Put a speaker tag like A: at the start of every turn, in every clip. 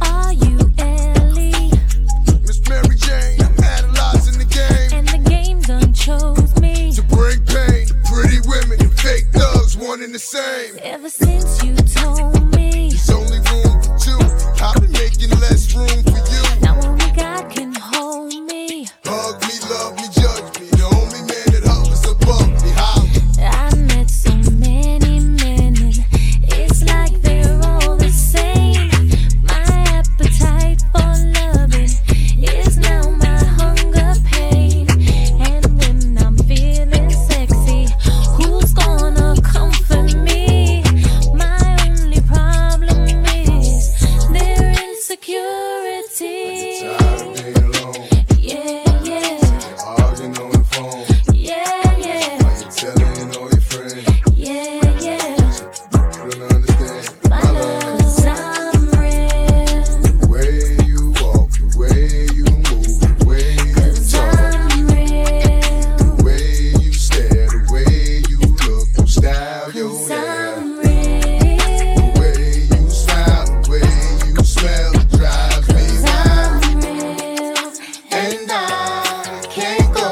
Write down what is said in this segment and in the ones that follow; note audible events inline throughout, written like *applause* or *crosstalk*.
A: Are you Ellie?
B: Miss Mary Jane, analyzing the game
A: And the game done chose me.
B: to bring pain. Pretty women and fake thugs, one and the same.
A: Ever since you told me,
B: There's only room for two. I've been making less room for you.
A: now only God can hold me.
B: Hug me, love me, judge me. The only man that hovers above me. Holla.
A: I met so many men, and it's like they're all the same. My appetite for loving is now my hunger pain. And when I'm feeling sexy, who's gonna comfort me? My only problem is their insecurity.
B: Tired of being alone.
A: Yeah, yeah,
B: Arguing on the phone.
A: yeah, yeah,
B: Like you're telling all your friends.
A: yeah, yeah.
B: You don't understand.
A: My love, 'cause I'm real.
B: The way you walk, the way you move, the way you talk. The way you stare, the way you look, you style your hair. The way you smile, the way you smell, it drives me wild. And I can't go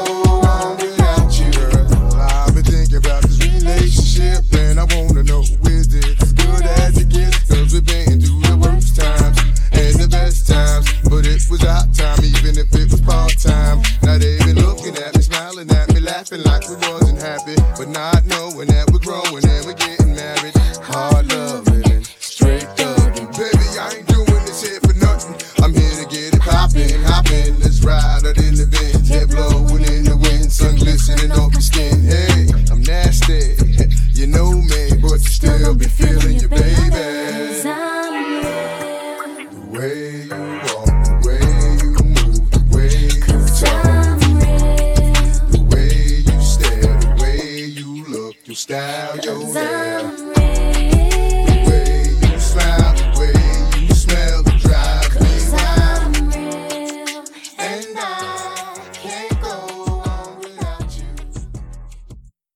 B: on without you. Girl, I've been thinking about this relationship, and I wanna know is it as good as it gets? Cause we've been through the worst times and the best times, but it was our time, even if it was part time. Now they've been looking at me, smiling at me, laughing like we wasn't happy, but not knowing that we're growing and we're getting married. Hard loving, straight thugging, baby, I ain't doing this here for nothing. I'm here to get it poppin', hoppin', let's ride out in the Benz, head blowin' in the wind, sun glistening off your skin. Hey, I'm nasty, *laughs* you know me, but you still be feeling your baby. The way you walk, the way you move, the way you talk, the way you stare, the way you look, your style, your hair.